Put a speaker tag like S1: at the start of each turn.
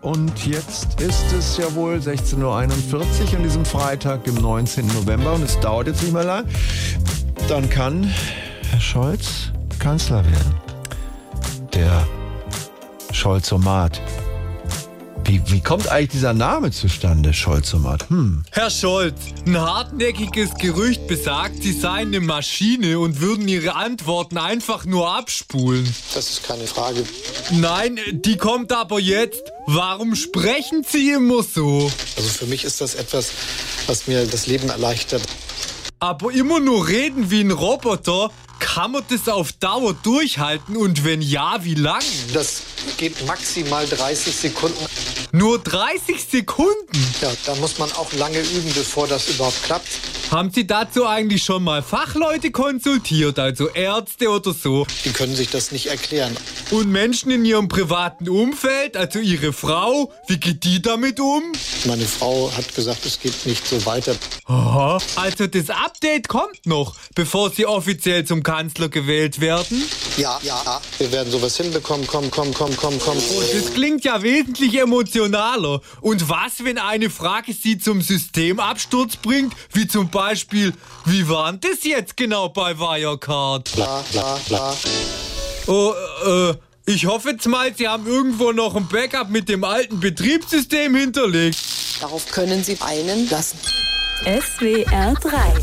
S1: Und jetzt ist es ja wohl 16.41 Uhr an diesem Freitag, dem 19. November. Und es dauert jetzt nicht mehr lang. Dann kann Herr Scholz Kanzler werden. Der Scholzomat. Wie, wie kommt eigentlich dieser Name zustande, Scholzomat? Hm.
S2: Herr Scholz, ein hartnäckiges Gerücht besagt, Sie seien eine Maschine und würden Ihre Antworten einfach nur abspulen.
S3: Das ist keine Frage.
S2: Nein, die kommt aber jetzt. Warum sprechen Sie immer so?
S3: Also für mich ist das etwas, was mir das Leben erleichtert.
S2: Aber immer nur reden wie ein Roboter, kann man das auf Dauer durchhalten und wenn ja, wie lang?
S3: Das geht maximal 30 Sekunden.
S2: Nur 30 Sekunden.
S3: Ja, da muss man auch lange üben, bevor das überhaupt klappt.
S2: Haben Sie dazu eigentlich schon mal Fachleute konsultiert, also Ärzte oder so?
S3: Die können sich das nicht erklären.
S2: Und Menschen in Ihrem privaten Umfeld, also Ihre Frau, wie geht die damit um?
S3: Meine Frau hat gesagt, es geht nicht so weiter.
S2: Aha. Also das Update kommt noch, bevor Sie offiziell zum Kanzler gewählt werden.
S3: Ja, ja, ja. wir werden sowas hinbekommen. Komm, komm, komm, komm, komm.
S2: Das klingt ja wesentlich emotionaler. Und was, wenn eine Frage Sie zum Systemabsturz bringt, wie zum Beispiel, wie war denn das jetzt genau bei Wirecard?
S3: Bla, bla, bla.
S2: Oh, äh, ich hoffe jetzt mal, Sie haben irgendwo noch ein Backup mit dem alten Betriebssystem hinterlegt.
S4: Darauf können Sie einen lassen.
S5: SWR 3